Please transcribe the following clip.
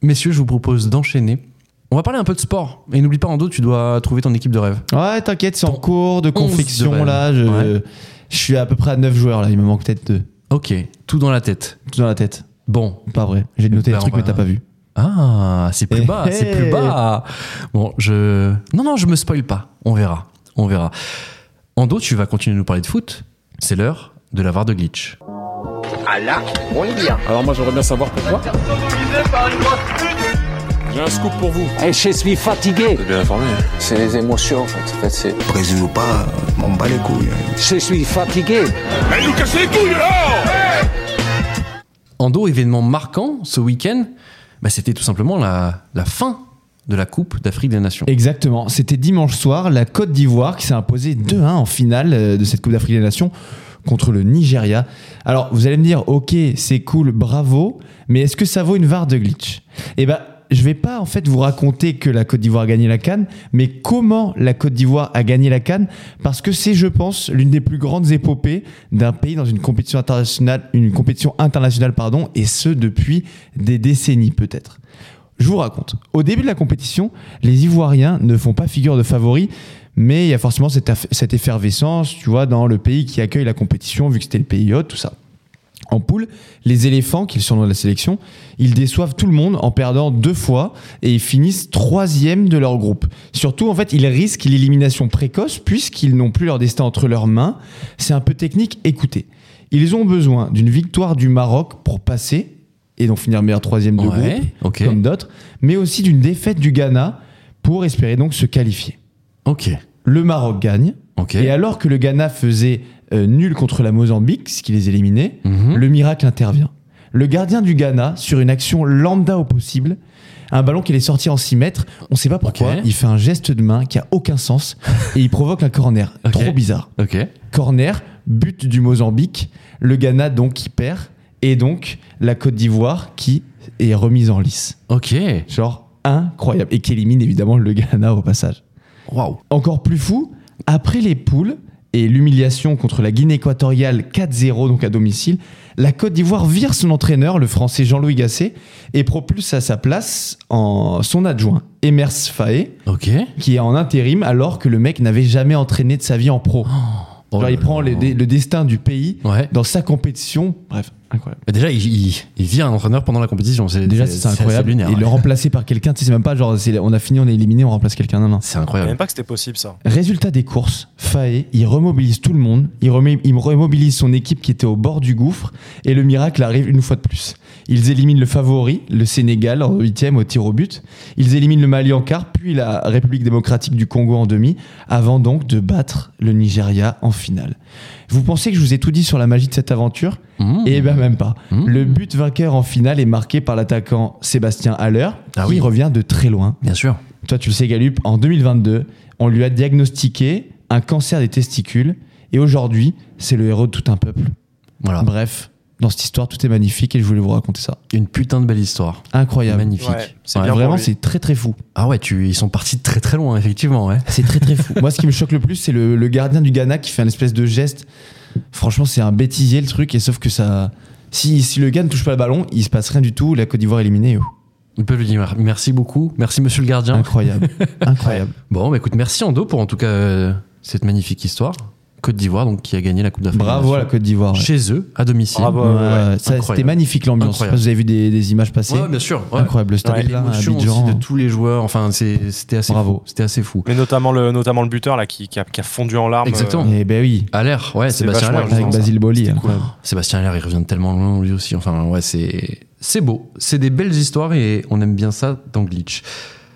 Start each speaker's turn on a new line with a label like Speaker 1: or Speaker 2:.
Speaker 1: Messieurs, je vous propose d'enchaîner. On va parler un peu de sport. Et n'oublie pas, Ando, tu dois trouver ton équipe de rêve.
Speaker 2: Ouais, t'inquiète, c'est en
Speaker 1: Pour
Speaker 2: cours de confection
Speaker 1: de
Speaker 2: là. Je,
Speaker 1: Rennes.
Speaker 2: je suis à peu près à 9 joueurs là, il me manque peut-être 2.
Speaker 1: Ok, tout dans la tête.
Speaker 2: Tout dans la tête.
Speaker 1: Bon.
Speaker 2: Pas vrai. J'ai noté
Speaker 1: Bah,
Speaker 2: le truc,
Speaker 1: on va-
Speaker 2: mais t'as pas vu.
Speaker 1: Ah, c'est plus
Speaker 2: Eh,
Speaker 1: bas, c'est plus
Speaker 2: eh.
Speaker 1: bas. Bon, je. Non, non, je me spoil pas. On verra. On verra. Ando, tu vas continuer de nous parler de foot. C'est l'heure de la VAR de glitch.
Speaker 3: Ah là, on est bien.
Speaker 4: Alors moi j'aimerais bien savoir pourquoi. J'ai un scoop pour vous.
Speaker 5: Et Eh, je suis fatigué.
Speaker 4: Bien informé.
Speaker 5: C'est les émotions, en fait. En fait, c'est-
Speaker 3: Brésil ou pas, on m'en bat les couilles. hein.
Speaker 5: Je suis fatigué.
Speaker 1: Ando, événement marquant ce week-end, bah, c'était tout simplement la, la fin de la Coupe d'Afrique des Nations.
Speaker 2: Exactement. C'était dimanche soir, la Côte d'Ivoire qui s'est imposée 2-1 en finale euh, de cette Coupe d'Afrique des Nations contre le Nigeria. Alors, vous allez me dire, ok, c'est cool, bravo, mais est-ce que ça vaut une VAR de glitch Eh ben, je vais pas en fait vous raconter que la Côte d'Ivoire a gagné la Cannes, mais comment la Côte d'Ivoire a gagné la Cannes, parce que c'est, je pense, l'une des plus grandes épopées d'un pays dans une compétition internationale, une compétition internationale, pardon, et ce depuis des décennies peut-être. Je vous raconte. Au début de la compétition, les Ivoiriens ne font pas figure de favoris, mais il y a forcément cette, aff- cette effervescence, tu vois, dans le pays qui accueille la compétition, vu que c'était le pays hôte, tout ça. En poule, les éléphants, qui sont surnom de la sélection, ils déçoivent tout le monde en perdant deux fois et ils finissent troisième de leur groupe. Surtout, en fait, ils risquent l'élimination précoce puisqu'ils n'ont plus leur destin entre leurs mains. C'est un peu technique, écoutez. Ils ont besoin d'une victoire du Maroc pour passer et donc finir meilleur troisième de groupe
Speaker 1: Ouais, ok.
Speaker 2: comme d'autres, mais aussi d'une défaite du Ghana pour espérer donc se qualifier.
Speaker 1: Ok,
Speaker 2: Le Maroc gagne,
Speaker 1: ok.
Speaker 2: et alors que le Ghana faisait euh, nul contre la Mozambique, ce qui les éliminait,
Speaker 1: Mhm.
Speaker 2: le miracle intervient. Le gardien du Ghana, sur une action lambda au possible, un ballon qu'il est sorti en 6 mètres, on sait pas pourquoi,
Speaker 1: Ok.
Speaker 2: il fait un geste de main qui a aucun sens, et il provoque un corner.
Speaker 1: Ok.
Speaker 2: Trop bizarre.
Speaker 1: Ok.
Speaker 2: Corner, but du Mozambique, le Ghana donc qui perd, et donc la Côte d'Ivoire qui est remise en lice.
Speaker 1: Ok.
Speaker 2: Genre incroyable. Et qui élimine évidemment le Ghana au passage.
Speaker 1: Waouh.
Speaker 2: Encore plus fou, après les poules et l'humiliation contre la Guinée équatoriale 4-0, donc à domicile, la Côte d'Ivoire vire son entraîneur, le français Jean-Louis Gasset, et propulse à sa place en son adjoint, Emers Faé,
Speaker 1: Ok.
Speaker 2: qui est en intérim alors que le mec n'avait jamais entraîné de sa vie en pro.
Speaker 1: Oh
Speaker 2: Genre,
Speaker 1: là
Speaker 2: il
Speaker 1: là.
Speaker 2: prend le, dé- le destin du pays
Speaker 1: Ouais.
Speaker 2: dans sa compétition. Bref, incroyable.
Speaker 1: Bah, déjà, il, il, il vit un entraîneur pendant la compétition. C'est,
Speaker 2: Déjà, c'est
Speaker 1: assez
Speaker 2: incroyable.
Speaker 1: lunaire,
Speaker 2: et
Speaker 1: ouais.
Speaker 2: le remplacer par quelqu'un, tu sais, c'est même pas genre, c'est- on a fini, on est éliminé, on remplace quelqu'un. Non, non.
Speaker 1: C'est
Speaker 6: Je savais
Speaker 1: incroyable.
Speaker 6: même pas que c'était possible ça.
Speaker 2: Résultat des courses, Faé, il remobilise tout le monde, il, remé- il remobilise son équipe qui était au bord du gouffre, et le miracle arrive une fois de plus. Ils éliminent le favori, le Sénégal, en huitième au tir au but. Ils éliminent le Mali en quart, puis la République démocratique du Congo en demi, avant donc de battre le Nigeria en finale. Vous pensez que je vous ai tout dit sur la magie de cette aventure
Speaker 1: Mmh.
Speaker 2: eh ben même pas.
Speaker 1: Mmh.
Speaker 2: Le but vainqueur en finale est marqué par l'attaquant Sébastien Haller,
Speaker 1: Ah
Speaker 2: qui
Speaker 1: oui.
Speaker 2: revient de très loin.
Speaker 1: Bien sûr.
Speaker 2: Toi, tu le sais, Galup, en 2022, on lui a diagnostiqué un cancer des testicules. Et aujourd'hui, c'est le héros de tout un peuple.
Speaker 1: Voilà.
Speaker 2: Bref, dans cette histoire, tout est magnifique et je voulais vous raconter ça.
Speaker 1: Une putain de belle histoire.
Speaker 2: Incroyable.
Speaker 1: Magnifique.
Speaker 6: Ouais, c'est
Speaker 1: Ouais,
Speaker 6: bien
Speaker 2: Vraiment,
Speaker 6: pour lui.
Speaker 2: c'est très très fou.
Speaker 1: Ah ouais, tu, ils sont partis de très très loin, effectivement. Ouais.
Speaker 2: C'est très très fou. Moi, ce qui me choque le plus, c'est le, le gardien du Ghana qui fait un espèce de geste. Franchement, c'est un bêtisier le truc. Et sauf que ça. Si, si le gars ne touche pas le ballon, il se passe rien du tout. La Côte d'Ivoire éliminée. oh.
Speaker 1: Ils peuvent lui dire merci beaucoup. Merci, monsieur le gardien.
Speaker 2: Incroyable. Incroyable.
Speaker 1: Bon, bah écoute, merci Ando pour en tout cas euh, cette magnifique histoire. Côte d'Ivoire, donc qui a gagné la Coupe d'Afrique. des
Speaker 2: Bravo à la
Speaker 1: Nations.
Speaker 2: Côte d'Ivoire. ouais.
Speaker 1: Chez eux, à domicile.
Speaker 6: Bravo.
Speaker 2: Ouais,
Speaker 6: Ouais, ouais.
Speaker 2: ça, C'était
Speaker 1: Incroyable.
Speaker 2: magnifique l'ambiance. Je sais pas si Vous avez vu des, des images passer.
Speaker 1: Ouais, ouais, bien sûr. ouais.
Speaker 2: Incroyable, le stade
Speaker 6: Ouais,
Speaker 2: est plein à
Speaker 1: L'émotion aussi
Speaker 2: Abidjan.
Speaker 1: de tous les joueurs. Enfin, c'est- c'était assez
Speaker 2: Bravo.
Speaker 1: fou. C'était assez fou.
Speaker 6: Mais notamment le, notamment le buteur là qui, qui a, qui a fondu en larmes. euh,
Speaker 1: Exactement.
Speaker 2: Eh ben oui,
Speaker 1: À l'air, ouais,
Speaker 6: C'est
Speaker 1: Sébastien
Speaker 6: vachement
Speaker 1: Allaire.
Speaker 2: avec
Speaker 6: ça.
Speaker 2: Basile Boli. hein.
Speaker 1: Oh, Sébastien Allaire, il revient de tellement loin lui aussi. Enfin, ouais, c'est c'est beau. C'est des belles histoires et on aime bien ça dans Glitch.